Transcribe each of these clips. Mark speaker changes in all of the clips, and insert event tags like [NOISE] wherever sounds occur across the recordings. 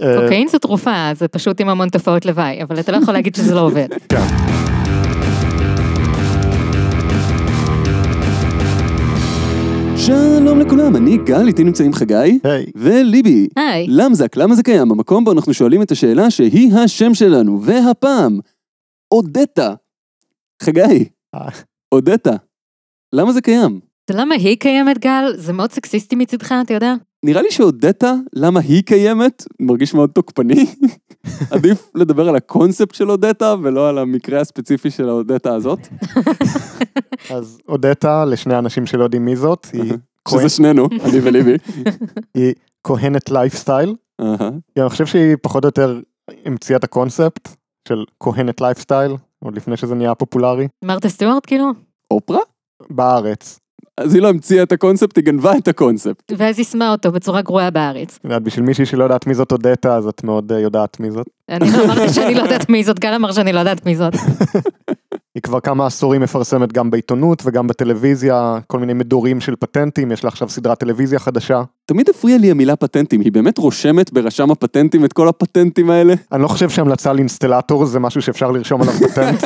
Speaker 1: קוקאין זו תרופה, זה פשוט עם המון תופעות לוואי, אבל אתה לא יכול להגיד שזה לא עובד.
Speaker 2: כן.
Speaker 3: שלום לכולם, אני גל, איתי נמצאים חגי.
Speaker 2: היי.
Speaker 3: וליבי.
Speaker 1: [LAUGHS] היי.
Speaker 3: למזק, למה זה קיים? המקום בו אנחנו שואלים את השאלה שהיא השם שלנו, והפעם, הודית. חגי,
Speaker 2: אה.
Speaker 3: הודית. למה זה קיים?
Speaker 1: זה למה היא קיימת, גל? זה מאוד סקסיסטי מצידך, אתה יודע?
Speaker 3: נראה לי שהודית למה היא קיימת, מרגיש מאוד תוקפני. עדיף לדבר על הקונספט של הודית ולא על המקרה הספציפי של ההודית הזאת,
Speaker 2: אז הודית לשני האנשים שלא יודעים מי זאת, היא כהן-
Speaker 3: שזה שנינו, אני וליבי.
Speaker 2: היא כהנת לייפסטייל.
Speaker 3: אהה.
Speaker 2: אני חושב שהיא פחות או יותר המציאה את הקונספט של כהנת לייפסטייל, עוד לפני שזה נהיה פופולרי,
Speaker 1: מרתה סטיוארט, כאילו?
Speaker 3: אופרה?
Speaker 2: בארץ.
Speaker 3: אז היא לא המציאה את הקונספט, היא גנבה את הקונספט.
Speaker 1: ואז יישמה אותו בצורה גרועה בארץ.
Speaker 2: את יודעת, בשביל מישהי שלא יודעת מי זאת הודתה, אז את מאוד אה, יודעת מי זאת.
Speaker 1: אני לא אמרתי שאני לא יודעת מי זאת, גל אמר שאני לא יודעת מי זאת.
Speaker 2: היא כבר כמה עשורים מפרסמת גם בעיתונות וגם בטלוויזיה, כל מיני מדורים של פטנטים, יש לה עכשיו סדרת טלוויזיה חדשה.
Speaker 3: תמיד הפריע לי המילה פטנטים, היא באמת רושמת ברשם הפטנטים את כל הפטנטים האלה?
Speaker 2: אני לא חושב שהמלצה לאינסטלטור זה משהו שאפשר לרשום עליו פטנט.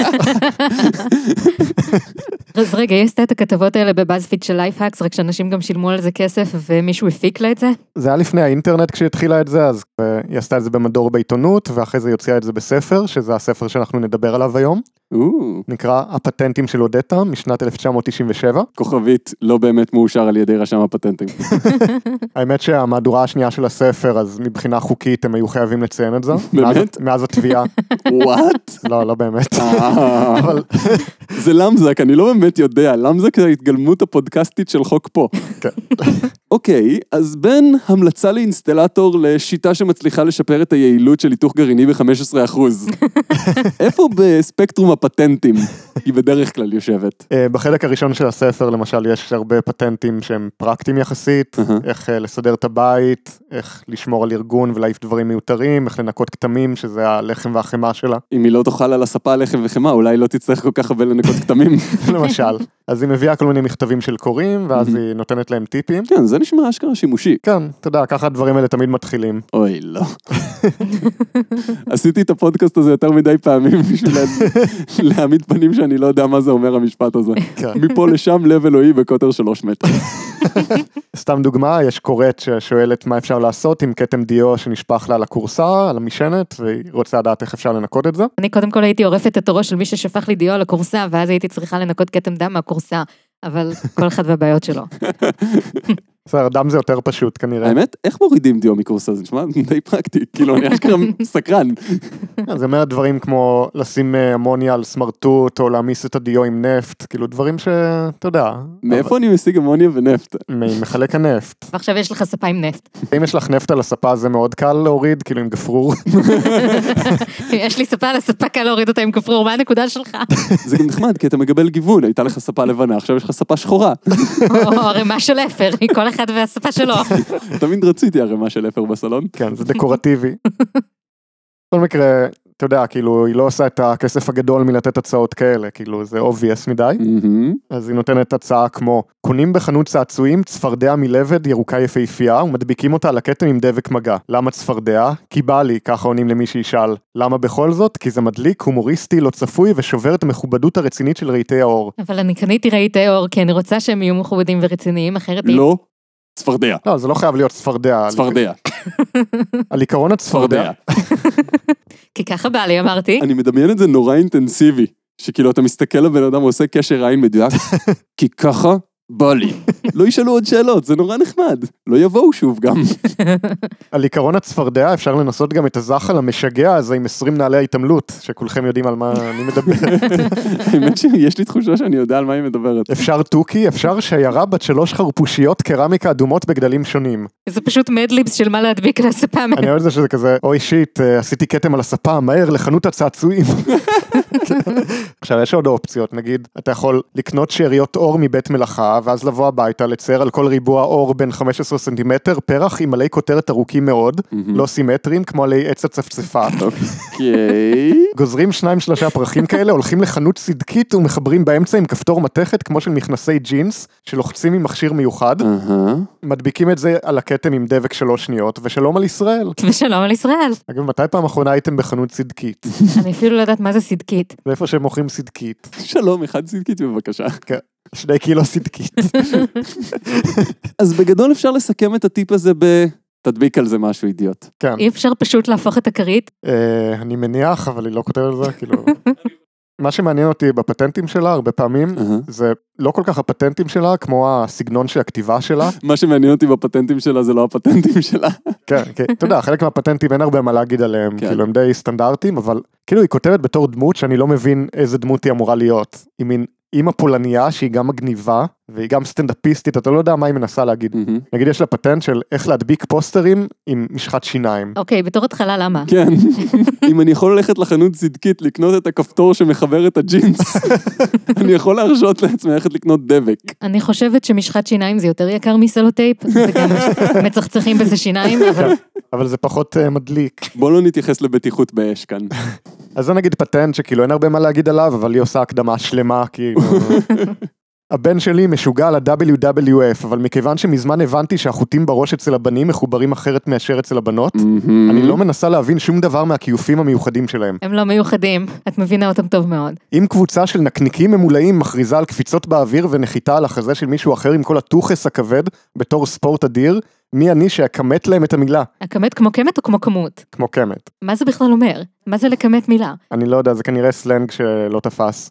Speaker 1: אז רגע, היא עשתה את הכתבות האלה בבאזפיד של לייפהקס, רק שאנשים גם שילמו על זה כסף ומישהו הפיק לה את זה?
Speaker 2: זה היה לפני האינטרנט כשהיא התחילה את זה, אז אה, היא עשתה את זה במדור בעיתונות, ואחרי זה היא הוציאה את זה בספר, שזה הספר שאנחנו נדבר עליו היום,
Speaker 3: או,
Speaker 2: נקרא הפטנטים של אודטה, משנת
Speaker 3: [LAUGHS]
Speaker 2: 1997.
Speaker 3: כוכבית לא באמת מאושר על ידי רשם הפטנטים.
Speaker 2: האמת שהמהדורה השנייה של הספר, אז מבחינה חוקית הם היו חייבים לציין את זה. מאז-
Speaker 3: [LAUGHS] באמת?
Speaker 2: מאז התביעה. [LAUGHS]
Speaker 3: וואט? [LAUGHS]
Speaker 2: לא, לא באמת. [LAUGHS]
Speaker 3: אה,
Speaker 2: אבל
Speaker 3: זה למזק, אני לא באמת יודע, למזק זה ההתגלמות הפודקאסטית של חוק פה.
Speaker 2: כן.
Speaker 3: אוקיי, אז בין המלצה לאינסטלטור לשיטה שמצליחה לשפר את היעילות של היתוך גרעיני ב-15%. [LAUGHS] איפה בספקטרום הפטנטים היא בדרך כלל יושבת?
Speaker 2: אה, בחלק הראשון של הספר, למשל, יש הרבה פטנטים שהם פרקטיים יחסית, איך אה, לסדר את הבית, איך לשמור על ארגון ולהעיף דברים מיותרים, איך לנקות כתמים, שזה הלחם והחמאה שלה.
Speaker 3: אם היא לא תאכל על הספה לחם וחמאה, אולי לא תצטרך כל כך הרבה לנקות כתמים. [LAUGHS]
Speaker 2: [LAUGHS] למשל. אז היא מביאה כל מיני מכתבים של קוראים, ואז היא נותנת להם טיפים.
Speaker 3: כן, זה נשמע אשכרה שימושי.
Speaker 2: כן, אתה יודע, ככה הדברים האלה תמיד מתחילים.
Speaker 3: אוי, לא. עשיתי את הפודקאסט הזה יותר מדי פעמים בשביל לה- להעמיד פנים שאני לא יודע מה זה אומר המשפט הזה.
Speaker 2: כן.
Speaker 3: מפה לשם לב אלוהי בקוטר שלוש מטר.
Speaker 2: סתם דוגמה, יש קוראת ששואלת מה אפשר לעשות עם כתם דיו שנשפך לה על הכורסה, על המשענת, והיא רוצה לדעת איך אפשר לנקות את זה.
Speaker 1: אני קודם כל הייתי עורפת את עורו של מי ששפך לי דיו על הכורסה, ואז הייתי צריכה לנקות כתם דם מהכורסה, אבל כל אחד והבעיות שלו.
Speaker 2: בסדר, דם זה יותר פשוט כנראה.
Speaker 3: האמת, איך מורידים דיו מקורסה? זה נשמע די פרקטי, כאילו אני אשכרה סקרן.
Speaker 2: זה אומר דברים כמו לשים אה, אמוניה על סמרטוט, או להעמיס את הדיו עם נפט, כאילו דברים שאתה יודע.
Speaker 3: מאיפה אני משיג אמוניה ונפט?
Speaker 2: ממחלק הנפט.
Speaker 1: ועכשיו יש לך ספה עם נפט.
Speaker 2: אם יש לך נפט על הספה זה מאוד קל להוריד, כאילו עם גפרור.
Speaker 1: יש לי ספה על הספה, קל להוריד אותה עם גפרור, מה הנקודה שלך?
Speaker 3: זה גם נחמד, כי אתה מגבל גיוון, הייתה לך ספה לבנה, עכשיו יש לך ספה שחורה.
Speaker 1: או ערימה של אפר, כל אחד והספה שלו.
Speaker 3: תמיד רציתי ערימה של אפר בסלון.
Speaker 2: כן, זה דקורטיבי. בכל מקרה, אתה יודע, כאילו, היא לא עושה את הכסף הגדול מלתת הצעות כאלה, כאילו, זה obvious מדי.
Speaker 3: מהמם.
Speaker 2: אז היא נותנת הצעה כמו, קונים בחנות צעצועים צפרדע מלבד ירוקה יפהפייה ומדביקים אותה על הכתם עם דבק מגע. למה צפרדע? כי בא לי, ככה עונים למי שישאל. למה בכל זאת? כי זה מדליק, הומוריסטי, לא צפוי ושובר את המכובדות הרצינית של רהיטי האור.
Speaker 1: אבל אני קניתי רהיטי אור, כי אני רוצה שהם יהיו מכובדים ורציניים, אחרת... היא-
Speaker 3: לא, צפרדע.
Speaker 2: לא, זה לא חייב להיות צפרדע. על-
Speaker 3: צפרדע,
Speaker 2: על עיקרון הצפרדע.
Speaker 3: צפרדע.
Speaker 1: כי ככה בא לי, אמרתי.
Speaker 3: אני מדמיין את זה נורא אינטנסיבי, שכאילו אתה מסתכל לבן אדם עושה קשר עין מדויק, כי ככה בא לי. לא ישאלו עוד שאלות, זה נורא נחמד. לא יבואו שוב גם.
Speaker 2: על עיקרון הצפרדע אפשר לנסות גם את הזחל המשגע הזה עם 20 נעלי ההתעמלות, שכולכם יודעים על מה אני מדבר.
Speaker 3: האמת שיש לי תחושה שאני יודע על מה היא מדברת.
Speaker 2: אפשר תוכי, אפשר שיירה בת שלוש חרפושיות קרמיקה אדומות בגדלים שונים.
Speaker 1: זה פשוט מדליבס של מה להדביק על הספה.
Speaker 2: אני אוהב את זה שזה כזה, אוי שיט, אה, עשיתי כתם על הספה, מהר לחנות הצעצועים. עכשיו, יש עוד אופציות, נגיד, אתה יכול לקנות שאריות אור מבית מלאכה, ואז לבוא הביתה, לצייר על כל ריבוע אור בין 15 סנטימטר, פרח עם עלי כותרת ארוכים מאוד, לא סימטריים, כמו עלי עץ הצפצפה.
Speaker 3: אוקיי.
Speaker 2: גוזרים שניים שלושה פרחים כאלה, הולכים לחנות צדקית ומחברים באמצע עם כפתור מתכת, כמו של מכנסי ג'ינס, שלוחצים עם מכשיר מיוחד,
Speaker 3: אהה.
Speaker 2: מדביקים את זה על הכתם עם דבק שלוש שניות, ושלום על ישראל.
Speaker 1: ושלום על ישראל.
Speaker 2: אגב, מתי פעם אחרונה הייתם בחנות צדקית?
Speaker 1: אני אפילו לא יודעת מה זה סדקית.
Speaker 2: זה איפה שהם מוכרים צדקית.
Speaker 3: שלום, אחד צדקית בבקשה.
Speaker 2: שני קילו סדקית.
Speaker 3: אז בגדול אפשר לסכם את הטיפ הזה ב... תדביק על זה משהו אידיוט.
Speaker 2: כן.
Speaker 1: אי אפשר פשוט להפוך את הכרית?
Speaker 2: אה, אני מניח, אבל היא לא כותבת על זה, כאילו... מה שמעניין אותי בפטנטים שלה הרבה פעמים,
Speaker 3: אהה.
Speaker 2: זה לא כל כך הפטנטים שלה, כמו הסגנון של הכתיבה שלה.
Speaker 3: מה שמעניין אותי בפטנטים שלה זה לא הפטנטים שלה.
Speaker 2: כן, כן, אתה יודע, חלק מהפטנטים אין הרבה מה להגיד עליהם,
Speaker 3: כן.
Speaker 2: כאילו הם די סטנדרטים, אבל כאילו היא כותבת בתור דמות שאני לא מבין איזה דמות היא אמורה להיות. היא מין אימא פולניה שהיא גם מגניבה, והיא גם סטנדאפיסטית, אתה לא יודע מה היא מנסה להגיד.
Speaker 3: מהמם.
Speaker 2: נגיד יש לה פטנט של איך להדביק פוסטרים עם משחת שיניים.
Speaker 1: אוקיי, בתור התחלה למה?
Speaker 3: כן. [LAUGHS] אם אני יכול ללכת לחנות צדקית לקנות את הכפתור שמחבר את
Speaker 2: [LAUGHS]
Speaker 3: הג'ינס, אני יכול להרשות לעצמי ללכת לקנות דבק.
Speaker 1: אני חושבת שמשחת שיניים זה יותר יקר מסלוטייפ, זה גם מצחצחים בזה שיניים, אבל
Speaker 2: אבל זה פחות אה, מדליק.
Speaker 3: בוא לא נתייחס לבטיחות
Speaker 2: [LAUGHS]
Speaker 3: באש כאן.
Speaker 2: אז זה נגיד פטנט שכאילו אין הרבה מה להגיד עליו, אבל היא עושה הקדמה שלמה, כאילו... הבן שלי משוגע על ה-WWF, אבל מכיוון שמזמן הבנתי שהחוטים בראש אצל הבנים מחוברים אחרת מאשר אצל הבנות,
Speaker 3: Mm-hmm.
Speaker 2: אני לא מנסה להבין שום דבר מהכיופים המיוחדים שלהם.
Speaker 1: הם לא מיוחדים. את מבינה אותם טוב מאוד.
Speaker 2: אם קבוצה של נקניקים ממולאים מכריזה על קפיצות באוויר ונחיתה על החזה של מישהו אחר עם כל הטוחס הכבד בתור ספורט אדיר, מי אני שאכמת להם את המילה?
Speaker 1: הכמת כמו כמת או כמו כמות?
Speaker 2: כמו כמת.
Speaker 1: מה זה בכלל אומר? מה זה לכמת מילה?
Speaker 2: אני לא יודע, זה כנראה סלנג שלא תפס.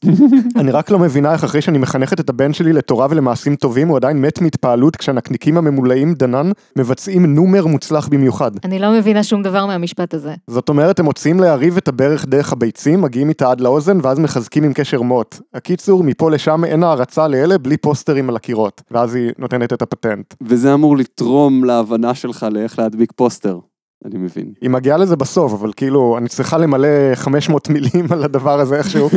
Speaker 2: אני רק לא מבינה איך אחרי שאני מחנכת את הבן שלי לתורה ולמעשים טובים, הוא עדיין מת מהתפעלות כשהנקניקים הממולאים דנן מבצעים נומר מוצלח במיוחד.
Speaker 1: אני לא מבינה שום דבר מהמשפט הזה.
Speaker 2: זאת אומרת, הם מוציאים להריב את הברך דרך הביצים, מגיעים איתה עד לאוזן, ואז מחזקים עם קשר מוט. הקיצור, מפה לשם אין הערצה לאלה בלי פוסטרים על הקירות. ואז היא נותנת את הפטנט.
Speaker 3: וזה אמור לתרום להבנה שלך לאיך להדביק פוסטר. אני מבין.
Speaker 2: היא מגיעה לזה בסוף, אבל כאילו, אני צריכה למלא 500 מילים על הדבר הזה איכשהו.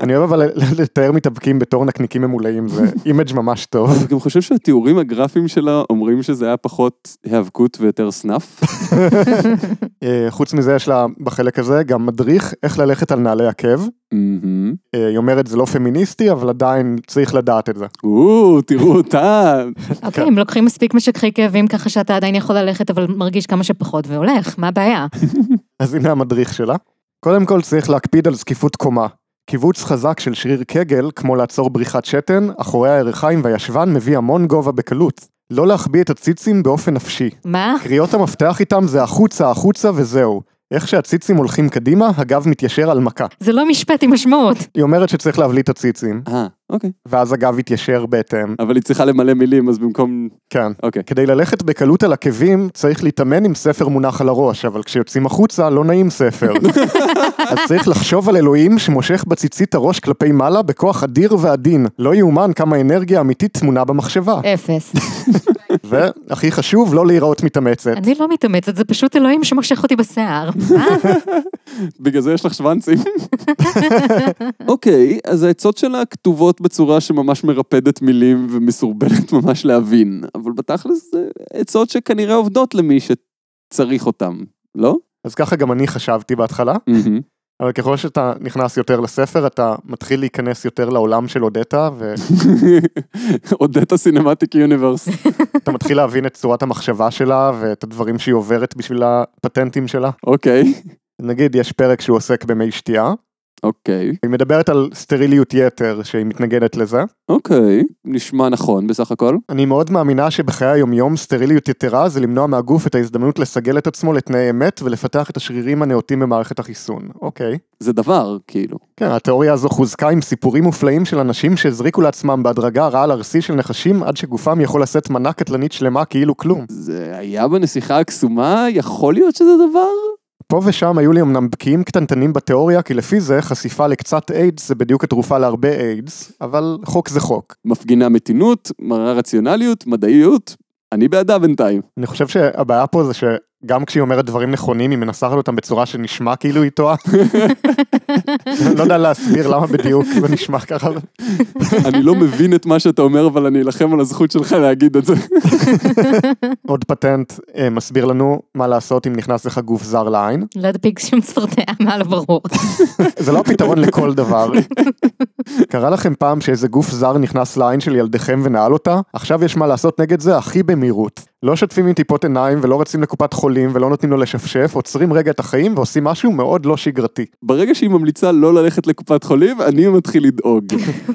Speaker 2: אני אוהב אבל לתאר מתאבקים בתור נקניקים ממולאים, זה אימג' ממש טוב.
Speaker 3: אני גם חושב שהתיאורים הגרפיים שלה אומרים שזה היה פחות היאבקות
Speaker 2: [LAUGHS]
Speaker 3: ויותר סנאף.
Speaker 2: אה, חוץ מזה, יש לה בחלק הזה גם מדריך איך ללכת על נעלי עקב.
Speaker 3: מהמם.
Speaker 2: אה, היא אומרת, זה לא פמיניסטי, אבל עדיין צריך לדעת את זה.
Speaker 3: או, תראו אותה.
Speaker 1: אוקיי, הם לוקחים מספיק משככי כאבים ככה שאתה עדיין יכול ללכת, אבל מרגיש כמה שפחות, והולך, מה הבעיה?
Speaker 2: אז הנה המדריך שלה. קודם כל צריך להקפיד על זקיפות קומה. קיבוץ חזק של שריר קגל, כמו לעצור בריחת שתן, אחורי הירכיים והישבן מביא המון גובה בקלות. לא להחביא את הציצים באופן נפשי.
Speaker 1: מה?
Speaker 2: קריאות המפתח איתם זה החוצה, החוצה וזהו. איך שהציצים הולכים קדימה, הגב מתיישר על מכה.
Speaker 1: זה לא משפט עם משמעות.
Speaker 2: היא אומרת שצריך להבליט את הציצים,
Speaker 3: אה, אוקיי.
Speaker 2: ואז הגב יתיישר בהתאם.
Speaker 3: אבל היא צריכה למלא מילים, אז במקום...
Speaker 2: כן.
Speaker 3: אוקיי.
Speaker 2: כדי ללכת בקלות על עקבים, צריך להתאמן עם ספר מונח על הראש, אבל כשיוצאים החוצה, לא נעים ספר. אז צריך לחשוב על אלוהים שמושך בציצית הראש כלפי מעלה בכוח אדיר ועדין. לא יאומן כמה אנרגיה אמיתית טמונה
Speaker 1: [LAUGHS]
Speaker 2: במחשבה.
Speaker 1: אפס.
Speaker 2: והכי חשוב, לא להיראות מתאמצת.
Speaker 1: אני לא מתאמצת, זה פשוט אלוהים שמושך אותי בשיער. מה?
Speaker 3: בגלל זה יש לך שוונצים. אוקיי, אז העצות שלה כתובות בצורה שממש מרפדת מילים ומסורבלת ממש להבין, אבל בתכלס זה עצות שכנראה עובדות למי שצריך אותן, לא?
Speaker 2: אז ככה גם אני חשבתי בהתחלה,
Speaker 3: [LAUGHS]
Speaker 2: אבל ככל שאתה נכנס יותר לספר, אתה מתחיל להיכנס יותר לעולם של אודטה, ואתה
Speaker 3: אודטה סינמטיק יוניברס.
Speaker 2: מתחיל להבין את צורת המחשבה שלה, ואת הדברים שהיא עוברת בשביל הפטנטים שלה.
Speaker 3: אוקיי.
Speaker 2: נגיד, יש פרק שהוא עוסק במי שתייה,
Speaker 3: אוקיי.
Speaker 2: היא מדברת על סטריליות יתר שהיא מתנגדת לזה.
Speaker 3: אוקיי. נשמע נכון בסך הכל.
Speaker 2: אני מאוד מאמינה שבחיי היומיום סטריליות יתרה זה למנוע מהגוף את ההזדמנות לסגל את עצמו לתנאי אמת ולפתח את השרירים הנאותים במערכת החיסון. אוקיי.
Speaker 3: זה דבר, כאילו.
Speaker 2: כן, התיאוריה הזו חוזקה עם סיפורים מופלאים של אנשים שהזריקו לעצמם בהדרגה רעל ארסי של נחשים עד שגופם יכול לשאת מנה קטלנית שלמה כאילו כלום.
Speaker 3: זה היה בנסיכה הקסומה, יכול להיות שזה דבר?
Speaker 2: פה ושם היו לי אמנם בקיאים קטנטנים בתיאוריה כי לפי זה חשיפה לקצת איידס זה בדיוק התרופה להרבה איידס, אבל חוק זה חוק.
Speaker 3: מפגינה מתינות, מראה רציונליות, מדעיות. אני בעדה בינתיים.
Speaker 2: אני חושב שהבעיה פה זה גם כשהיא אומרת דברים נכונים, היא מנסחת אותם בצורה שנשמע כאילו היא טועה. אני לא יודע להסביר למה בדיוק זה נשמע ככה. אבל-
Speaker 3: אני לא מבין את מה שאתה אומר, אבל אני אלחם על הזכות שלך להגיד את זה.
Speaker 2: עוד פטנט אה, מסביר לנו מה לעשות אם נכנס לך גוף זר לעין.
Speaker 1: להדביק לא שום צפרדע [LAUGHS] לא מעל הברור.
Speaker 2: זה לא הפתרון לכל דבר. קרה לכם פעם שאיזה גוף זר נכנס לעין של ילדיכם ונעל אותה? עכשיו יש מה לעשות נגד זה הכי במהירות. לא שוטפים עם טיפות עיניים ולא רצים לקופת חולים ולא נותנים לו לשפשף, עוצרים רגע את החיים ועושים משהו מאוד לא שגרתי.
Speaker 3: ברגע שהיא ממליצה לא ללכת לקופת חולים, אני מתחיל לדאוג.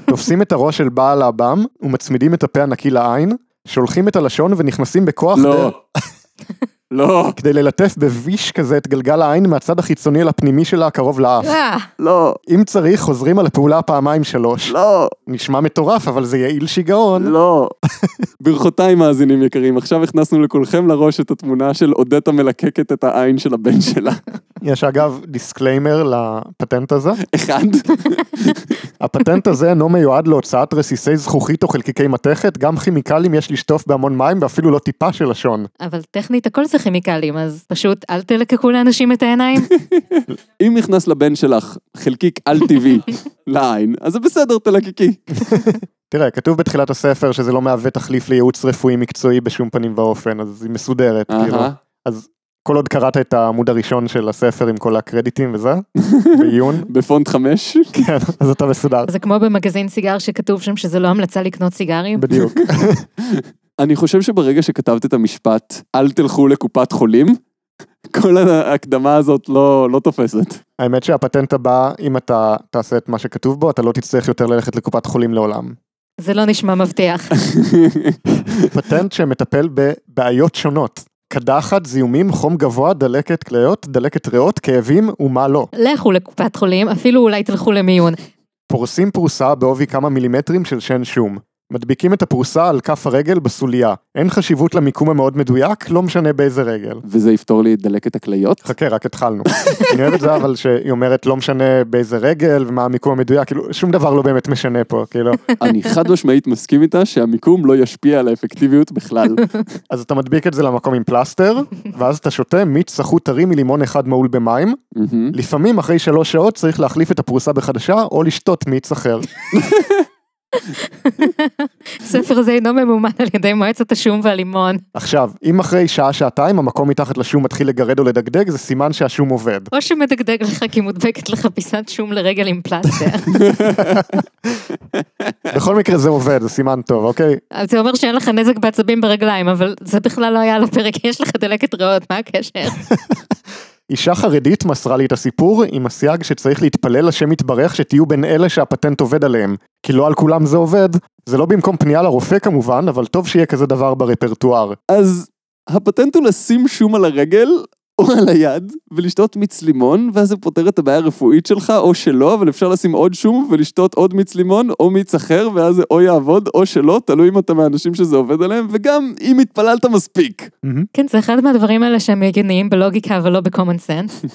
Speaker 2: תופסים את הראש של בעל האב"ם ומצמידים את הפה הנקי לעין, שולחים את הלשון ונכנסים בכוח דרך-
Speaker 3: לא. לא.
Speaker 2: כדי ללטף בוויש כזה את גלגל העין מהצד החיצוני אל הפנימי שלה הקרוב
Speaker 1: [LAUGHS]
Speaker 2: לאף.
Speaker 1: אה,
Speaker 3: לא.
Speaker 2: אם צריך, חוזרים על הפעולה פעמיים שלוש.
Speaker 3: לא.
Speaker 2: נשמע מטורף, אבל זה יעיל שיגעון.
Speaker 3: לא. ברכותיי מאזינים יקרים, עכשיו הכנסנו לכולכם לראש את התמונה של עודדה מלקקת את העין של הבן שלה.
Speaker 2: יש אגב דיסקליימר לפטנט
Speaker 3: [LAUGHS]
Speaker 2: הזה.
Speaker 3: אחד.
Speaker 2: הפטנט הזה אינו מיועד להוצאת רסיסי זכוכית או חלקיקי מתכת, גם כימיקלים יש לשטוף בהמון מים ואפילו לא טיפה של לשון.
Speaker 1: אבל טכנית הכל זה כימיקלים, אז פשוט אל תלקקו לאנשים את העיניים.
Speaker 3: אם נכנס לבן שלך חלקיק על-טבעי [LAUGHS] לעין, אז זה בסדר, תלקקי.
Speaker 2: תראה, כתוב בתחילת הספר שזה לא מהווה תחליף לייעוץ רפואי מקצועי בשום פנים ואופן, אז היא מסודרת, כאילו.
Speaker 3: אהה.
Speaker 2: אז כל עוד קראת את העמוד הראשון של הספר עם כל הקרדיטים וזה, [LAUGHS] בעיון,
Speaker 3: בפונט חמש.
Speaker 2: כן, אז אתה
Speaker 1: [LAUGHS]
Speaker 2: מסודר.
Speaker 1: זה כמו במגזין סיגר שכתוב שם שזה לא המלצה לקנות סיגרים.
Speaker 2: בדיוק.
Speaker 3: אני חושב שברגע שכתבת את המשפט, אל תלכו לקופת חולים, [LAUGHS] כל ההקדמה הזאת לא, לא תופסת. [LAUGHS]
Speaker 2: האמת שהפטנט הבא, אם אתה תעשה את מה שכתוב בו, אתה לא תצטרך יותר ללכת לקופת חולים לעולם.
Speaker 1: זה לא נשמע מבטיח. [LAUGHS]
Speaker 2: פטנט שמטפל בבעיות שונות. קדחת, זיהומים, חום גבוה, דלקת כליות, דלקת ריאות, כאבים ומה לא.
Speaker 1: לכו לקופת חולים, אפילו אולי תלכו למיון.
Speaker 2: פורסים פרוסה בעובי כמה מילימטרים של שן שום. מדביקים את הפרוסה על כף הרגל בסוליה. אין חשיבות למיקום המאוד מדויק, לא משנה באיזה רגל.
Speaker 3: וזה יפתור לי את דלקת הכליות?
Speaker 2: חכה, רק התחלנו. אני אוהב את זה, אבל שהיא אומרת לא משנה באיזה רגל ומה המיקום המדויק, כאילו, שום דבר לא באמת משנה פה, כאילו.
Speaker 3: אני חד משמעית מסכים איתה שהמיקום לא ישפיע על האפקטיביות בכלל.
Speaker 2: אז אתה מדביק את זה למקום עם פלסטר, ואז אתה שותה מיץ סחוט טרי מלימון אחד מעול במים.
Speaker 3: מהמם.
Speaker 2: לפעמים אחרי שלוש שעות צריך להחליף את הפרוסה בחדשה, או לשתות מיץ אחר.
Speaker 1: הספר הזה אינו ממומן על ידי מועצת השום והלימון.
Speaker 2: עכשיו, אם אחרי שעה-שעתיים המקום מתחת לשום מתחיל לגרד או לדגדג, זה סימן שהשום עובד.
Speaker 1: או שמדגדג לך כי מודבקת לך פיסת שום לרגל עם פלסטר.
Speaker 2: בכל מקרה זה עובד, זה סימן טוב, אוקיי?
Speaker 1: אז זה אומר שאין לך נזק בעצבים ברגליים, אבל זה בכלל לא היה על הפרק, יש לך דלקת ריאות, מה הקשר?
Speaker 2: אישה חרדית מסרה לי את הסיפור עם הסייג שצריך להתפלל השם יתברך שתהיו בין אלה שהפטנט עובד עליהם. כי לא על כולם זה עובד. זה לא במקום פנייה לרופא כמובן, אבל טוב שיהיה כזה דבר ברפרטואר.
Speaker 3: אז הפטנט הוא לשים שום על הרגל או על היד ולשתות מיץ לימון, ואז זה פותר את הבעיה הרפואית שלך או שלא, אבל אפשר לשים עוד שום ולשתות עוד מיץ לימון או מיץ אחר, ואז זה או יעבוד או שלא, תלוי אם אתה מהאנשים שזה עובד עליהם, וגם אם התפללת מספיק.
Speaker 1: כן, זה אחד מהדברים האלה שהם הגיוניים בלוגיקה, אבל לא בקומון סנס.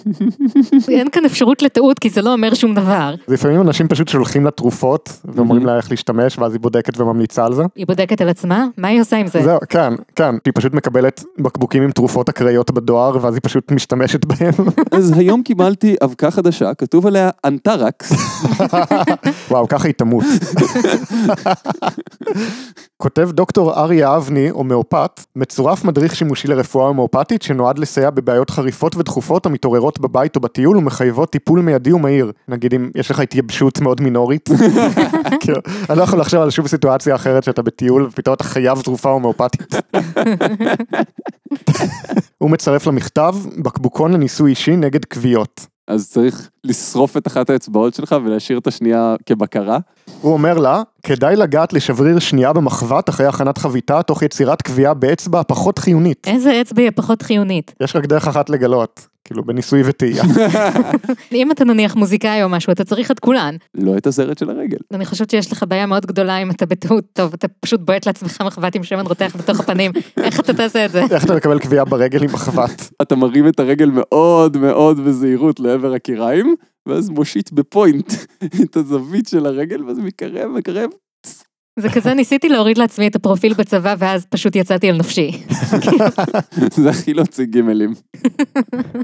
Speaker 1: אין כאן אפשרות לטעות, כי זה לא אומר שום דבר.
Speaker 2: אז לפעמים אנשים פשוט שולחים לה תרופות, ואומרים לה איך להשתמש, ואז היא בודקת וממליצה על זה.
Speaker 1: היא בודקת על עצמה? מה היא עושה עם זה?
Speaker 2: זהו, כן, כן, היא פשוט מקבלת בקבוקים עם תרופות אקראיות בדואר, ואז היא פשוט משתמשת בהם.
Speaker 3: אז היום קיבלתי אבקה חדשה, כתוב עליה אנטרקס.
Speaker 2: וואו, ככה היא תמות. כותב דוקטור אריה אבני, הומאופת, מצורף מדריך שימושי לרפואה הומאופתית שנועד לסייע בבעיות חריפות ודחופות המתעוררות בבית או בטיול ומחייבות טיפול מיידי ומהיר. נגיד אם יש לך התייבשות מאוד מינורית. כאילו, אני לא יכול לחשוב על שום סיטואציה אחרת שאתה בטיול ופתאום אתה חייב תרופה הומאופתית. הוא מצרף למכתב בקבוקון לניסוי אישי נגד כוויות.
Speaker 3: אז צריך לשרוף את אחת האצבעות שלך ולהשאיר את השנייה כבקרה.
Speaker 2: הוא אומר לה, כדאי לגעת לשבריר שנייה במחבת אחרי הכנת חביתה, תוך יצירת קביעה באצבע הפחות חיונית.
Speaker 1: איזה אצבע היא הפחות חיונית?
Speaker 2: יש רק דרך אחת לגלות, כאילו בניסוי וטעייה.
Speaker 1: אם אתה נניח מוזיקאי או משהו, אתה צריך את כולן.
Speaker 3: לא את הזרת של הרגל.
Speaker 1: אני חושבת שיש לך בעיה מאוד גדולה אם אתה בטעות טוב, אתה פשוט בועט לעצמך מחבת עם שמן רותח בתוך הפנים, איך אתה תעשה את זה?
Speaker 2: איך אתה מקבל קביעה ברגל עם מחבת?
Speaker 3: אתה מרים את הרגל מאוד מאוד בזהירות לעבר הקיריים, [LAUGHS] ואז מושיט בפוינט את הזווית של הרגל, ואז מקרב, [LAUGHS] מקרב,
Speaker 1: זה כזה ניסיתי להוריד לעצמי את הפרופיל בצבא, ואז פשוט יצאתי על נפשי.
Speaker 3: זה הכי לא להוציא גימלים.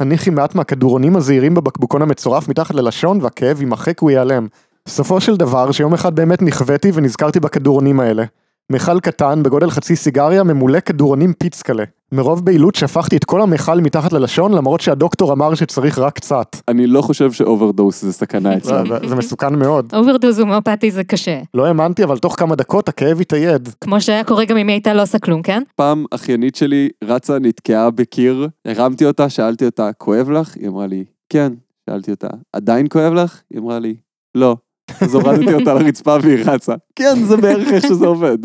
Speaker 2: הניחי מעט מהכדורונים הזעירים בבקבוקון המצורף מתחת ללשון, והכאב יימחק וייעלם. סופו של דבר, שיום אחד באמת נכוויתי ונזכרתי בכדורונים האלה. מכל קטן, בגודל חצי סיגריה, ממולא כדורונים פיצקלה. מרוב בהילות שפכתי את כל המכל מתחת ללשון, למרות שהדוקטור אמר שצריך רק קצת.
Speaker 3: אני לא חושב שאוברדוס זה סכנה
Speaker 2: זה,
Speaker 3: אצלם.
Speaker 2: זה מסוכן מאוד.
Speaker 1: אוברדוז הומאופתי זה קשה.
Speaker 2: לא האמנתי, אבל תוך כמה דקות הכאב התאייד.
Speaker 1: כמו שהיה קורה גם אם היא הייתה לא עושה כלום, כן?
Speaker 3: פעם אחיינית שלי רצה, נתקעה בקיר, הרמתי אותה, שאלתי אותה, כואב לך? היא אמרה לי, כן. שאלתי אותה, עדיין כואב לך? היא אמרה לי, לא. אז הורדתי אותה לרצפה והיא רצה. כן, זה בערך איך שזה עובד.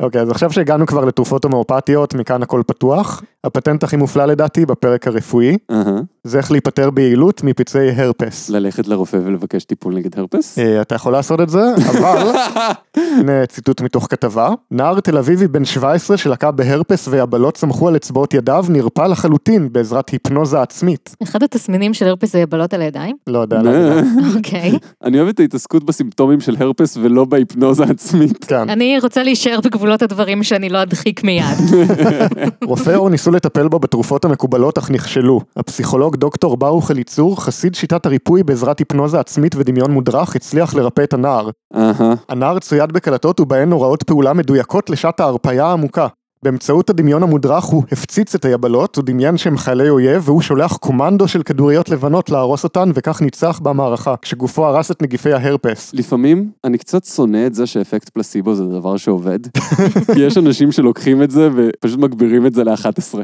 Speaker 2: אוקיי, אז עכשיו שהגענו כבר לתרופות הומאופתיות, מכאן הכל פתוח. הפטנט הכי מופלא לדעתי בפרק הרפואי,
Speaker 3: אהה.
Speaker 2: זה איך להיפטר ביעילות מפצעי הרפס.
Speaker 3: ללכת לרופא ולבקש טיפול נגד הרפס?
Speaker 2: אה, אתה יכול לעשות את זה, אבל, הנה ציטוט מתוך כתבה, נער תל אביבי בן 17 שלקה בהרפס והבלות צמחו על אצבעות ידיו, נרפא לחלוטין בעזרת היפנוזה עצמית.
Speaker 1: אחד התסמינים של הרפס זה בלות על הידיים.
Speaker 2: לא יודע, לא יודע.
Speaker 3: [LAUGHS] נה.
Speaker 1: אוקיי.
Speaker 3: אני אוהב את ההתעסקות בסימפטומים של הרפס ולא בהיפנוזה העצמית.
Speaker 2: כן,
Speaker 1: אני רוצה להישאר בגבולות הדברים שאני לא אדחיק מיד.
Speaker 2: רופאי עור ניסו לטפל בו בתרופות המקובלות אך נכשלו. הפסיכולוג דוקטור ברוך אליצור, חסיד שיטת הריפוי בעזרת היפנוזה עצמית ודמיון מודרך, הצליח לרפא את הנער.
Speaker 3: אהה.
Speaker 2: הנער צויד בקלטות ובהן הוראות פעולה מדויקות לשעת ההרפאיה העמוקה. באמצעות הדמיון המודרך הוא הפציץ את היבלות, הוא דמיין שהם חיילי אויב והוא שולח קומנדו של כדוריות לבנות להרוס אותן וכך ניצח במערכה, כשגופו הרס את נגיפי ההרפס.
Speaker 3: לפעמים אני קצת שונא את זה שאפקט פלסיבו זה דבר שעובד. [LAUGHS] כי יש אנשים שלוקחים את זה ופשוט מגבירים את זה ל-11.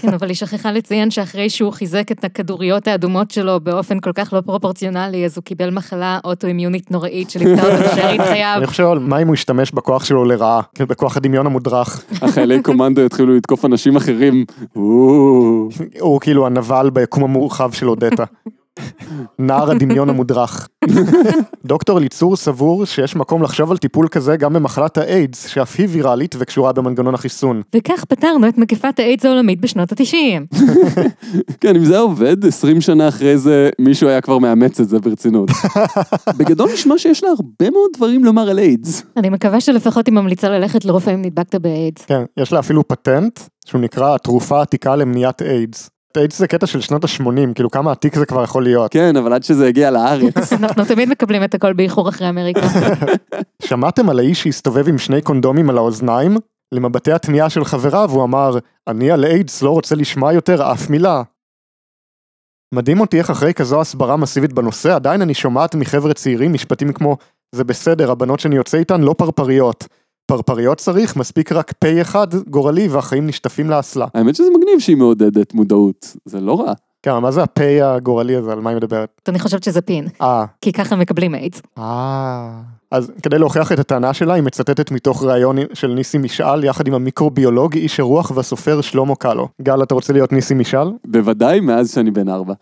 Speaker 1: כן, אבל היא שכחה לציין שאחרי שהוא חיזק את הכדוריות האדומות שלו באופן כל כך לא פרופורציונלי, אז הוא קיבל מחלה אוטואימיונית נוראית שליוותה אותו בשארית חייו.
Speaker 2: אני חושב, מה אם הוא ישתמש בכוח שלו לרעה? כן, בכוח הדמיון המודרך.
Speaker 3: החיילי קומנדו יתחילו לתקוף אנשים אחרים. או,
Speaker 2: הוא כאילו הנבל ביקום המורחב של אודטה. נער הדמיון המודרך. [LAUGHS] דוקטור ליצור סבור שיש מקום לחשוב על טיפול כזה גם במחלת האיידס, שאף היא ויראלית וקשורה במנגנון החיסון.
Speaker 1: וכך פתרנו את מגפת האיידס העולמית בשנות התשעים.
Speaker 3: כן, אם זה היה עובד, 20 שנה אחרי זה מישהו היה כבר מאמץ את זה [LAUGHS] ברצינות. בגדול נשמע שיש לה הרבה מאוד דברים לומר על איידס.
Speaker 1: אני מקווה שלפחות היא ממליצה ללכת לרופא אם נדבקת באיידס. [LAUGHS]
Speaker 2: כן, יש לה אפילו פטנט, שהוא נקרא התרופה העתיקה למניעת איידס. איידס זה קטע של שנות ה-80, כאילו כמה עתיק זה כבר יכול להיות.
Speaker 3: כן, אבל עד שזה הגיע [LAUGHS] לארץ.
Speaker 1: אנחנו תמיד מקבלים את הכל באיחור אחרי אמריקה. [LAUGHS]
Speaker 2: שמעתם על האיש שהסתובב עם שני קונדומים על האוזניים? למבטי התמיהה של חבריו הוא אמר, אני על איידס לא רוצה לשמוע יותר אף מילה. מדהים אותי איך אחרי כזו הסברה מסיבית בנושא, עדיין אני שומעת מחבר'ה צעירים משפטים כמו, זה בסדר, הבנות שאני יוצא איתן לא פרפריות. פרפריות צריך, מספיק רק פה אחד גורלי והחיים נשטפים לאסלה.
Speaker 3: האמת שזה מגניב שהיא מעודדת מודעות, זה לא רע.
Speaker 2: כן, מה זה הפה הגורלי הזה, על מה היא מדברת?
Speaker 1: אני חושבת שזה פין,
Speaker 2: אה,
Speaker 1: כי ככה מקבלים איידס.
Speaker 2: אה. אז כדי להוכיח את הטענה שלה, היא מצטטת מתוך ראיון של ניסי משעל, יחד עם המיקרוביולוג, איש הרוח והסופר שלמה קאלו. גל, אתה רוצה להיות ניסי משעל?
Speaker 3: בוודאי מאז שאני בן ארבע.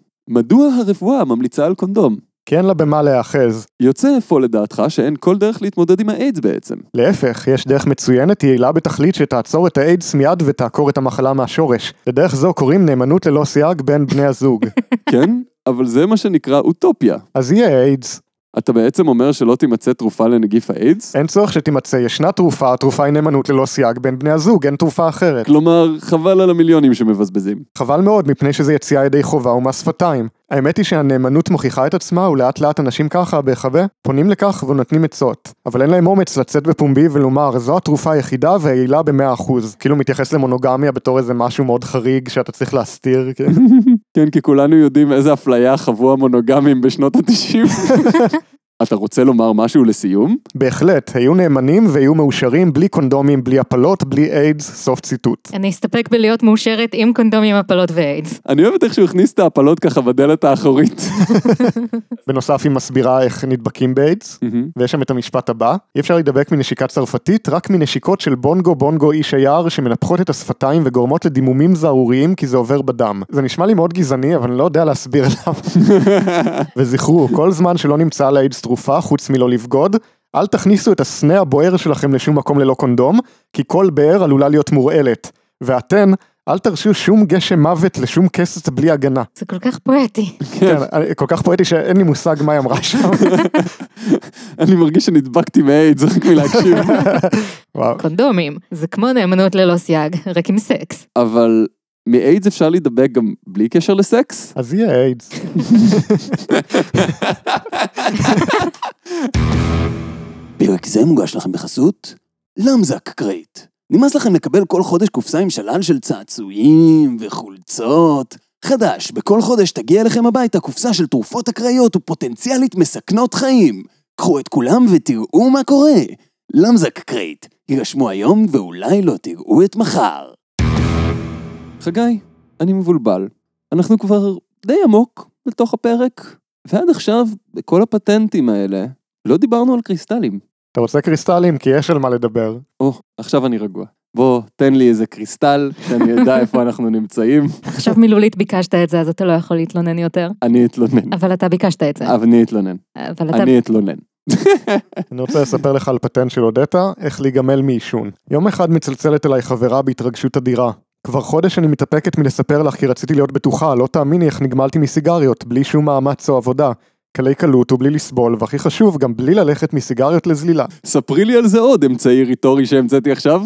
Speaker 3: [CLEARS THROAT] מדוע הרפואה ממליצה על קונדום?
Speaker 2: כי אין לה במה להיאחז.
Speaker 3: יוצא אפוא לדעתך שאין כל דרך להתמודד עם האיידס בעצם.
Speaker 2: להפך, יש דרך מצוינת, יעילה בתכלית, שתעצור את האיידס מיד ותעקור את המחלה מהשורש. לדרך זו קוראים נאמנות ללא סייג בין בני הזוג.
Speaker 3: כן? אבל זה מה שנקרא אוטופיה.
Speaker 2: אז יהיה איידס.
Speaker 3: אתה בעצם אומר שלא תימצא תרופה לנגיף האיידס?
Speaker 2: אין צורך שתימצא, ישנה תרופה, התרופה היא נאמנות ללא סייג בין בני הזוג, אין תרופה אחרת.
Speaker 3: כלומר, חבל על המיליונים שמבזבזים.
Speaker 2: חבל מאוד, מפני שזה יציאה ידי חובה ומס שפתיים. האמת היא שהנאמנות מוכיחה את עצמה, ולאט לאט אנשים ככה, בהיחבא, פונים לכך ונותנים עצות. אבל אין להם אומץ לצאת בפומבי ולומר, זו התרופה היחידה והיעילה ב-100%. כאילו מתייחס למונוגמיה בתור איזה משהו מאוד חריג שאתה צריך להסתיר. כן.
Speaker 3: כן, כי כולנו יודעים איזה אפליה חוו המונוגמים בשנות התשעים. אתה רוצה לומר משהו לסיום?
Speaker 2: בהחלט, היו נאמנים והיו מאושרים בלי קונדומים, בלי הפלות, בלי איידס, סוף ציטוט.
Speaker 1: אני אסתפק בלהיות מאושרת עם קונדומים, הפלות ואיידס.
Speaker 3: אני אוהב את איך שהוא הכניס את ההפלות ככה בדלת האחורית.
Speaker 2: בנוסף היא מסבירה איך נדבקים באיידס,
Speaker 3: מהמם.
Speaker 2: ויש שם את המשפט הבא, אי אפשר להידבק מנשיקה צרפתית, רק מנשיקות של בונגו בונגו איש היער שמנפחות את השפתיים וגורמות לדימומים זערוריים כי זה עובר בדם. זה נשמע לי מאוד גזעני, אבל אני לא יודע להסביר למה. וזכרו, כל זמן שלא נמצאה לאיידס תרופה, חוץ מלא לבגוד, אל תכניסו את הסנה הבוער שלכם לשום מקום ללא קונדום, כי כל באר עלולה להיות מורעלת. ואתן, אל תרשו שום גשם מוות לשום כסת בלי הגנה.
Speaker 1: זה כל כך פואטי.
Speaker 2: כן, אני- כל כך פואטי שאין לי מושג מה היא אמרה שם.
Speaker 3: [LAUGHS] אני מרגיש שנדבקתי מאיידס רק מלהקשיב.
Speaker 2: וואו.
Speaker 1: קונדומים, זה כמו נאמנות ללא סייג, רק עם סקס.
Speaker 3: אבל מאיידס אפשר להידבק גם בלי קשר לסקס?
Speaker 2: אז יהיה איידס.
Speaker 4: פרק זה מוגש לכם בחסות למזק קרייט. נמאס לכם לקבל כל חודש קופסה עם שלל של צעצועים וחולצות? חדש, בכל חודש תגיע אליכם הביתה קופסה של תרופות אקראיות ופוטנציאלית מסכנות חיים. קחו את כולם ותראו מה קורה. למזק קרייט, הירשמו היום ואולי לא תראו את מחר.
Speaker 3: חגי, אני מבולבל. אנחנו כבר די עמוק לתוך הפרק, ועד עכשיו, בכל הפטנטים האלה, לא דיברנו על קריסטלים.
Speaker 2: אתה רוצה קריסטלים? כי יש על מה לדבר.
Speaker 3: או, עכשיו אני רגוע. בוא, תן לי איזה קריסטל, שאני אדע איפה אנחנו נמצאים.
Speaker 1: עכשיו מילולית ביקשת את זה, אז אתה לא יכול להתלונן יותר,
Speaker 3: אני אתלונן.
Speaker 1: אבל אתה ביקשת את זה.
Speaker 3: אבל אני אתלונן.
Speaker 1: אבל אתה...
Speaker 3: אני אתלונן.
Speaker 2: אני רוצה לספר לך על פטנט של אודטה, איך להיגמל מעישון. יום אחד מצלצלת אליי חברה בהתרגשות אדירה. כבר חודש אני מתאפקת מלספר לך כי רציתי להיות בטוחה, לא תאמיני איך נגמלתי מסיגריות, בלי שום מאמץ או עבודה. קלי קלות ובלי לסבול, והכי חשוב, גם בלי ללכת מסיגריות לזלילה.
Speaker 3: ספרי לי על זה עוד אמצעי רטורי שהמצאתי עכשיו.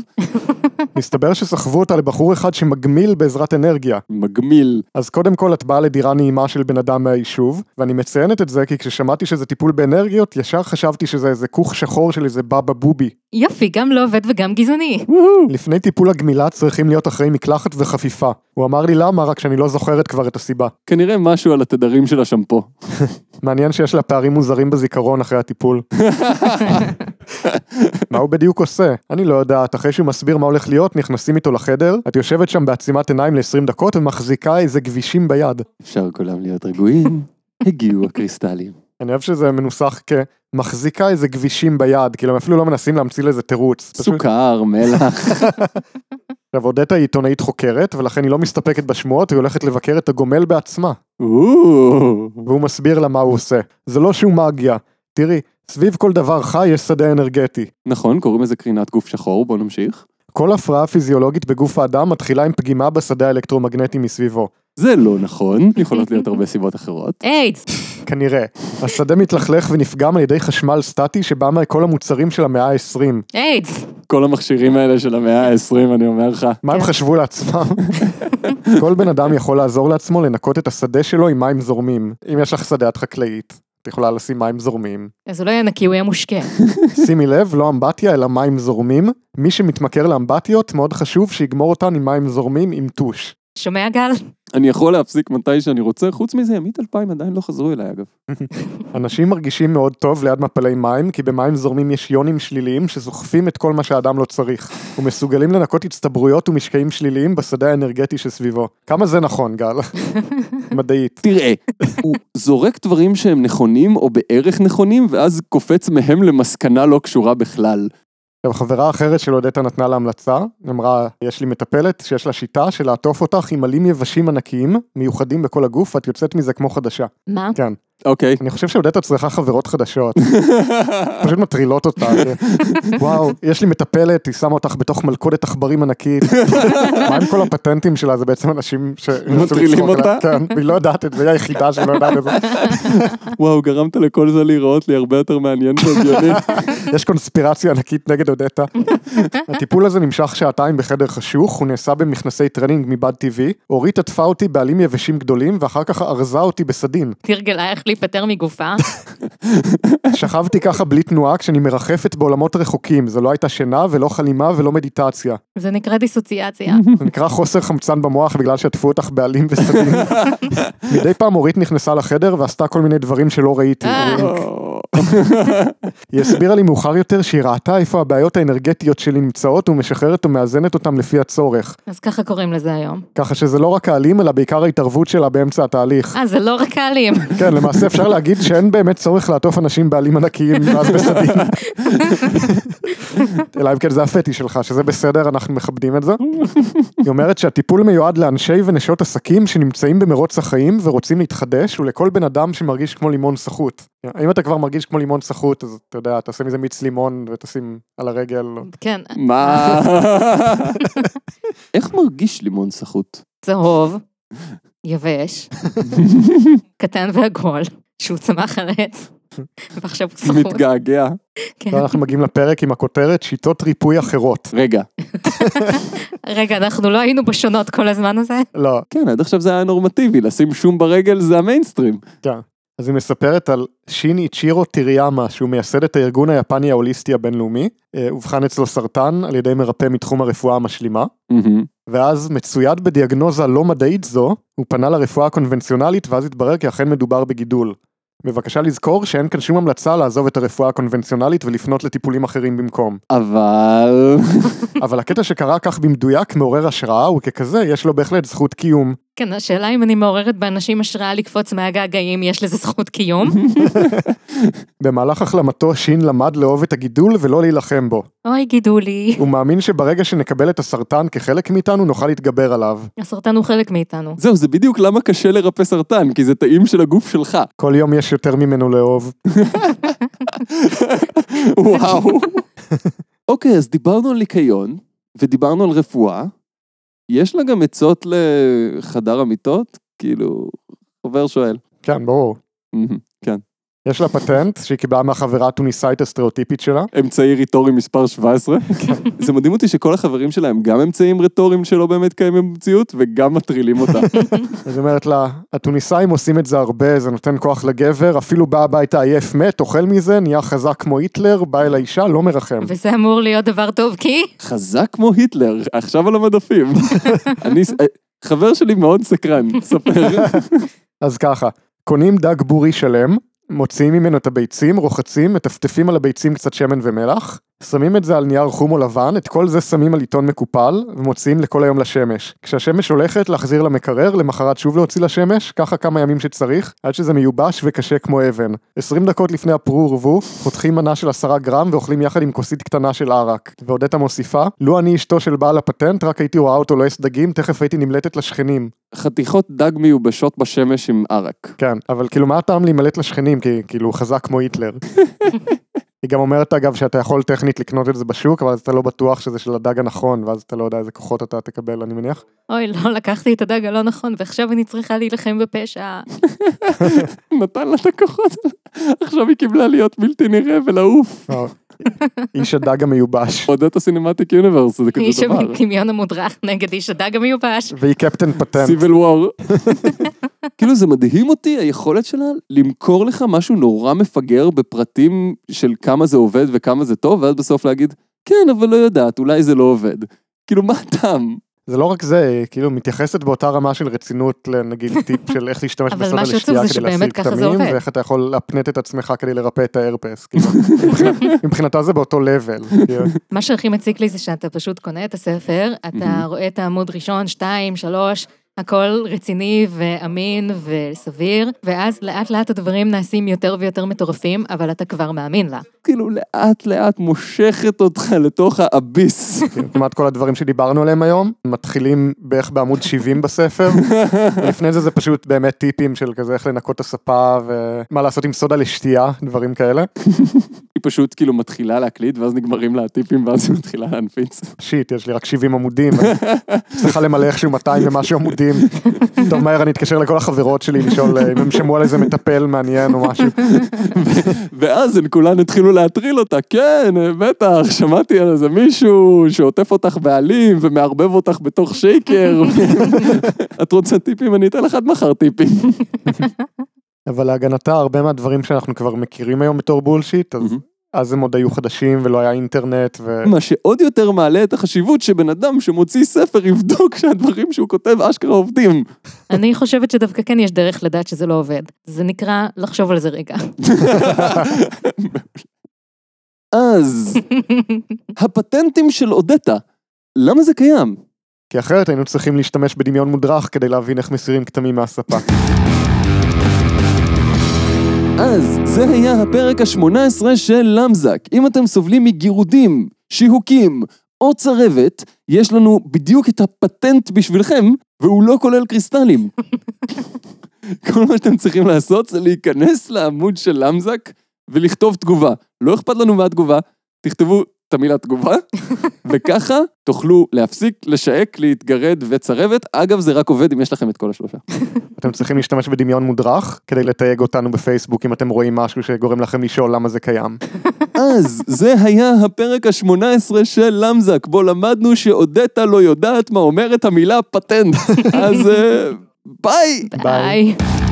Speaker 2: מסתבר שסחבו אותה לבחור אחד שמגמיל בעזרת אנרגיה.
Speaker 3: מגמיל.
Speaker 2: אז קודם כל את באה לדירה נעימה של בן אדם מהיישוב, ואני מציינת את זה כי כששמעתי שזה טיפול באנרגיות, ישר חשבתי שזה איזה כוך שחור של איזה בבא בובי.
Speaker 1: יופי, גם לא עובד וגם גזעני.
Speaker 2: לפני טיפול הגמילה צריכים להיות אחרי מקלחת וחפיפה. הוא אמר לי למה, רק שאני לא זוכרת כבר את הסיבה.
Speaker 3: כנראה משהו על התדרים של השמפו.
Speaker 2: מעניין שיש לה פערים מוזרים בזיכרון אחרי הטיפול. מה הוא בדיוק עושה? אני לא יודעת, אחרי שהוא מסביר מה הולך להיות, נכנסים איתו לחדר, את יושבת שם בעצימת עיניים ל-20 דקות ומחזיקה איזה גבישים ביד.
Speaker 3: אפשר כולם להיות רגועים, הגיעו הקריסטלים.
Speaker 2: אני אוהב שזה מנוסח כמחזיקה איזה גבישים ביד, כאילו הם אפילו לא מנסים להמציא לזה תירוץ. פשוט-
Speaker 3: סוכר, מלח.
Speaker 2: עכשיו אודטה היא עיתונאית חוקרת, ולכן היא לא מסתפקת בשמועות, היא הולכת לבקר את הגומל בעצמה.
Speaker 3: או,
Speaker 2: והוא מסביר לה מה הוא עושה. זה לא שום מאגיה. תראי, סביב כל דבר חי יש שדה אנרגטי.
Speaker 3: נכון, קוראים לזה קרינת גוף שחור, בואו נמשיך.
Speaker 2: כל הפרעה פיזיולוגית בגוף האדם מתחילה עם פגימה בשדה האלקטרומגנטי מסביבו.
Speaker 3: זה לא נכון, יכולות להיות הרבה סיבות אחרות.
Speaker 1: איידס,
Speaker 2: כנראה. השדה מתלכלך ונפגם על ידי חשמל סטטי שבא מכל המוצרים של המאה ה-20.
Speaker 1: איידס.
Speaker 3: כל המכשירים האלה של המאה ה-20, אני אומר לך.
Speaker 2: מה הם
Speaker 1: כן.
Speaker 2: חשבו לעצמם? כל בן אדם יכול לעזור לעצמו לנקות את השדה שלו עם מים זורמים. אם יש לך שדה את חקלאית, את יכולה לשים מים זורמים.
Speaker 1: אז הוא לא יהיה נקי, הוא יהיה מושקע.
Speaker 2: שימי לב, לא אמבטיה אלא מים זורמים. מי שמתמכר לאמבטיות, מאוד חשוב שיגמור אותן עם מים זורמים עם טוש.
Speaker 1: שומע, גל?
Speaker 3: אני יכול להפסיק מתי שאני רוצה, חוץ מזה, ימית 2000 עדיין לא חזרו אליי, אגב.
Speaker 2: אנשים מרגישים מאוד טוב ליד מפלי מים, כי במים זורמים יש יונים שליליים שסוחפים את כל מה שהאדם לא צריך. ומסוגלים לנקות הצטברויות ומשקעים שליליים בשדה האנרגטי שסביבו. כמה זה נכון, גל? מדעית.
Speaker 3: תראה, הוא זורק דברים שהם נכונים או בערך נכונים, ואז קופץ מהם למסקנה לא קשורה בכלל.
Speaker 2: עכשיו, חברה אחרת של אודטה נתנה לה המלצה, אמרה, יש לי מטפלת שיש לה שיטה של לעטוף אותך עם עלים יבשים ענקיים, מיוחדים בכל הגוף, ואת יוצאת מזה כמו חדשה.
Speaker 1: מה?
Speaker 2: כן. [LAUGHS]
Speaker 3: אוקיי.
Speaker 2: אני חושב שאודטה צריכה חברות חדשות, [LAUGHS] פשוט מטרילות אותה.
Speaker 3: [LAUGHS]
Speaker 2: וואו, יש לי מטפלת, היא שמה אותך בתוך מלכודת עכברים
Speaker 3: [LAUGHS]
Speaker 2: ענקית. מה עם כל הפטנטים שלה? זה בעצם אנשים ש...
Speaker 3: מטרילים
Speaker 2: לצחוק עליה.
Speaker 3: אותה?
Speaker 2: כן, היא לא יודעת את זה, היא היחידה שלא יודעת את זה.
Speaker 3: וואו, גרמת לכל זה להיראות לי הרבה יותר מעניין והגיוני.
Speaker 2: יש קונספירציה ענקית נגד
Speaker 3: [LAUGHS]
Speaker 2: אודטה. הטיפול הזה נמשך שעתיים בחדר חשוך, הוא נעשה במכנסי טרנינג מבד טבעי. אורית עטפה אותי בעלים יבשים גדולים, ואחר כך ארזה אותי בסדין.
Speaker 1: תרגלה איך להיפטר מגופה.
Speaker 2: שכבתי ככה בלי תנועה כשאני מרחפת בעולמות רחוקים, זו לא הייתה שינה ולא חלימה ולא מדיטציה.
Speaker 1: זה נקרא דיסוציאציה.
Speaker 2: זה נקרא חוסר חמצן במוח בגלל שעטפו אותך בעלים וסדין. מדי פעם אורית נכנסה לחדר ועשתה כל מיני דברים שלא ראיתי.
Speaker 1: אה.
Speaker 2: היא הסבירה לי מאוחר יותר שהיא ראתה איפה הבעיות האנרגטיות שלי נמצאות ומשחררת ומאזנת אותם לפי הצורך.
Speaker 1: אז ככה קוראים לזה היום.
Speaker 2: ככה שזה לא רק העלים אלא בעיקר ההתערבות שלה באמצע התהליך.
Speaker 1: אה, זה לא רק העלים.
Speaker 2: כן, למעשה אפשר להגיד שאין באמת צורך לעטוף אנשים בעלים ענקיים ואז בסדין. אלא אם כן זה הפטיש שלך, שזה בסדר, אנחנו מכבדים את זה. היא אומרת שהטיפול מיועד לאנשי ונשות עסקים שנמצאים במרוץ החיים ורוצים להתחדש, ולכל בן אדם שמרגיש כמו לימון סחוט. אם אתה כבר מרגיש כמו לימון סחוט, אז אתה יודע, תעשה מזה מיץ לימון ותשים על הרגל.
Speaker 1: כן,
Speaker 3: מה? איך מרגיש לימון סחוט?
Speaker 1: צהוב, יבש, קטן ועגול, שהוא צמח על עץ, ועכשיו הוא סחוט.
Speaker 3: מתגעגע.
Speaker 1: כן.
Speaker 2: ואנחנו מגיעים לפרק עם הכותרת שיטות ריפוי אחרות.
Speaker 3: רגע,
Speaker 1: רגע, אנחנו לא היינו בשונות כל הזמן הזה?
Speaker 2: לא,
Speaker 3: כן, עד עכשיו זה היה נורמטיבי, לשים שום ברגל זה המיינסטרים.
Speaker 2: כן. אז היא מספרת על שין איצ'ירו טיריאמה, שהוא מייסד את הארגון היפני ההוליסטי הבינלאומי, אה, אובחן אצלו סרטן על ידי מרפא מתחום הרפואה המשלימה,
Speaker 3: מהמם.
Speaker 2: ואז מצויד בדיאגנוזה לא מדעית זו, הוא פנה לרפואה הקונבנציונלית ואז התברר כי אכן מדובר בגידול. בבקשה לזכור שאין כאן שום המלצה לעזוב את הרפואה הקונבנציונלית ולפנות לטיפולים אחרים במקום.
Speaker 3: אבל... [LAUGHS]
Speaker 2: אבל הקטע שקרה כך במדויק מעורר השראה, וככזה יש לו בהחלט זכות קיום.
Speaker 1: כן, השאלה אם אני מעוררת באנשים השראה לקפוץ מהגג, האם יש לזה זכות קיום?
Speaker 2: במהלך החלמתו שין למד לאהוב את הגידול ולא להילחם בו.
Speaker 1: אוי, גידולי.
Speaker 2: הוא מאמין שברגע שנקבל את הסרטן כחלק מאיתנו נוכל להתגבר עליו.
Speaker 1: הסרטן הוא חלק מאיתנו.
Speaker 3: זהו, זה בדיוק למה קשה לרפא סרטן, כי זה תאים של הגוף שלך.
Speaker 2: כל יום יש יותר ממנו לאהוב.
Speaker 3: וואו. אוקיי, אז דיברנו על ניקיון, ודיברנו על רפואה. יש לה גם עצות לחדר המיטות? כאילו, חבר שואל.
Speaker 2: כן, ברור.
Speaker 3: מהמם. כן.
Speaker 2: יש לה פטנט שהיא קיבלה מהחברה התוניסאית הסטריאוטיפית שלה.
Speaker 3: אמצעי רטורי מספר 17. זה מדהים אותי שכל החברים שלה הם גם אמצעים רטוריים שלא באמת קיימים במציאות, וגם מטרילים [LAUGHS] אותה.
Speaker 2: אז היא אומרת לה, התוניסאים עושים את זה הרבה, זה נותן כוח לגבר, אפילו בא הביתה עייף מת, אוכל מזה, נהיה חזק כמו היטלר, בא אל האישה, לא מרחם.
Speaker 1: וזה אמור להיות דבר טוב, כי...
Speaker 3: חזק כמו היטלר, עכשיו על המדפים. אני... אה, חבר שלי מאוד סקרן, ספר. [LAUGHS]
Speaker 2: אז ככה, קונים דג בורי שלם, מוציאים ממנו את הביצים, רוחצים, מטפטפים על הביצים קצת שמן ומלח, שמים את זה על נייר חום או לבן, את כל זה שמים על עיתון מקופל, ומוציאים לכל היום לשמש. כשהשמש הולכת, להחזיר למקרר, למחרת שוב להוציא לשמש, ככה כמה ימים שצריך, עד שזה מיובש וקשה כמו אבן. 20 דקות לפני הפרו ורבו, חותכים מנה של 10 גרם ואוכלים יחד עם כוסית קטנה של ערק. ועודתה מוסיפה, לו אני אשתו של בעל הפטנט, רק הייתי רואה אותו לועס דגים, תכף הייתי נמלטת לשכנים.
Speaker 3: חתיכות דג מיובשות בשמש עם ערק.
Speaker 2: כן, אבל כאילו מה הטעם להימלט לשכנים, כי כאילו הוא חזק כמו
Speaker 1: [LAUGHS]
Speaker 2: היטלר. היא גם אומרת אגב שאתה יכול טכנית לקנות את זה בשוק, אבל אז אתה לא בטוח שזה של הדג הנכון, ואז אתה לא יודע איזה כוחות אתה תקבל, אני מניח.
Speaker 1: אוי, לא, לקחתי את הדג הלא נכון, ועכשיו אני צריכה להילחם בפשע.
Speaker 3: נתן לה את הכוחות, עכשיו היא קיבלה להיות בלתי נראה ולעוף.
Speaker 2: [LAUGHS] איש הדג המיובש.
Speaker 3: עודת הסינמטיק יוניברס, זה כזה
Speaker 1: איש
Speaker 3: דבר.
Speaker 1: הדמיון המודרך נגד איש הדג המיובש.
Speaker 2: והיא קפטן פטנט.
Speaker 3: סיביל וור. כאילו זה מדהים אותי, היכולת שלה למכור לך משהו נורא מפגר בפרטים של כמה זה עובד וכמה זה טוב, ואז בסוף להגיד, כן, אבל לא יודעת, אולי זה לא עובד. כאילו, מה הטעם?
Speaker 2: זה לא רק זה, היא כאילו מתייחסת באותה רמה של רצינות לנגיד
Speaker 1: [LAUGHS]
Speaker 2: טיפ של איך להשתמש
Speaker 1: אבל
Speaker 2: בסודה
Speaker 1: מה שעצוב
Speaker 2: לשתייה
Speaker 1: זה
Speaker 2: כדי להשיג
Speaker 1: שבאמת ככה זה
Speaker 2: פטמים,
Speaker 1: עובד.
Speaker 2: ואיך אתה יכול להפנט את עצמך כדי לרפא את ההרפס. כאילו, מבחינת- מבחינתה זה באותו לבל.
Speaker 1: [LAUGHS]
Speaker 2: כאילו.
Speaker 1: מה שהכי מציק לי זה שאתה פשוט קונה את הספר, אתה
Speaker 3: מהמם.
Speaker 1: רואה את העמוד ראשון, שתיים, שלוש, הכל רציני ואמין וסביר, ואז לאט לאט הדברים נעשים יותר ויותר מטורפים, אבל אתה כבר מאמין לה.
Speaker 3: כאילו, לאט לאט מושכת אותך לתוך האביס.
Speaker 2: כן, כמעט כל הדברים שדיברנו עליהם היום, מתחילים בערך בעמוד 70 בספר. לפני זה זה פשוט באמת טיפים של כזה איך לנקות את הספה ומה לעשות עם סודה לשתייה, דברים כאלה.
Speaker 3: היא פשוט כאילו מתחילה להקליט, ואז נגמרים לה הטיפים, ואז היא מתחילה להנפיץ.
Speaker 2: שיט, יש לי רק 70 עמודים, אני צריכה למלא איכשהו 200 ומשהו עמודים. טוב, מהר אני אתקשר לכל החברות שלי לשאול אה, אם הם שמעו על איזה מטפל מעניין או משהו.
Speaker 3: ואז הן כולן התחילו להטריל אותה, כן, בטח, שמעתי על איזה מישהו שעוטף אותך בעלים ומערבב אותך בתוך שייקר. את רוצה טיפים? אני אתן לך עד מחר טיפים.
Speaker 2: אבל להגנתה, הרבה מהדברים שאנחנו כבר מכירים היום בתור בולשיט, אז... אה.
Speaker 3: מהמם.
Speaker 2: אז הם עוד היו חדשים ולא היה אינטרנט ו...
Speaker 3: מה שעוד יותר מעלה את החשיבות שבן אדם שמוציא ספר יבדוק שהדברים שהוא כותב אשכרה עובדים.
Speaker 1: אני חושבת שדווקא כן יש דרך לדעת שזה לא עובד. זה נקרא לחשוב על זה רגע.
Speaker 3: אז, הפטנטים של אודטה, למה זה קיים?
Speaker 2: כי אחרת היינו צריכים להשתמש בדמיון מודרך כדי להבין איך מסירים כתמים מהספה.
Speaker 3: אז זה היה הפרק ה-18 של למזק. אם אתם סובלים מגירודים, שיהוקים או צרבת, יש לנו בדיוק את הפטנט בשבילכם, והוא לא כולל קריסטלים. כל מה שאתם צריכים לעשות זה להיכנס לעמוד של למזק ולכתוב תגובה. לא אכפת לנו מה התגובה, תכתבו את המילה תגובה, וככה תוכלו להפסיק, לשייק, להתגרד וצרבת. אגב, זה רק עובד אם יש לכם את כל השלושה.
Speaker 2: אתם צריכים להשתמש בדמיון מודרך כדי לתייג אותנו בפייסבוק אם אתם רואים משהו שגורם לכם לשאול למה זה קיים.
Speaker 3: אז זה היה הפרק ה-18 של למזק, בו למדנו שאודטה לא יודעת מה אומרת המילה פטנט. אז אה, ביי!
Speaker 2: ביי.
Speaker 1: ביי.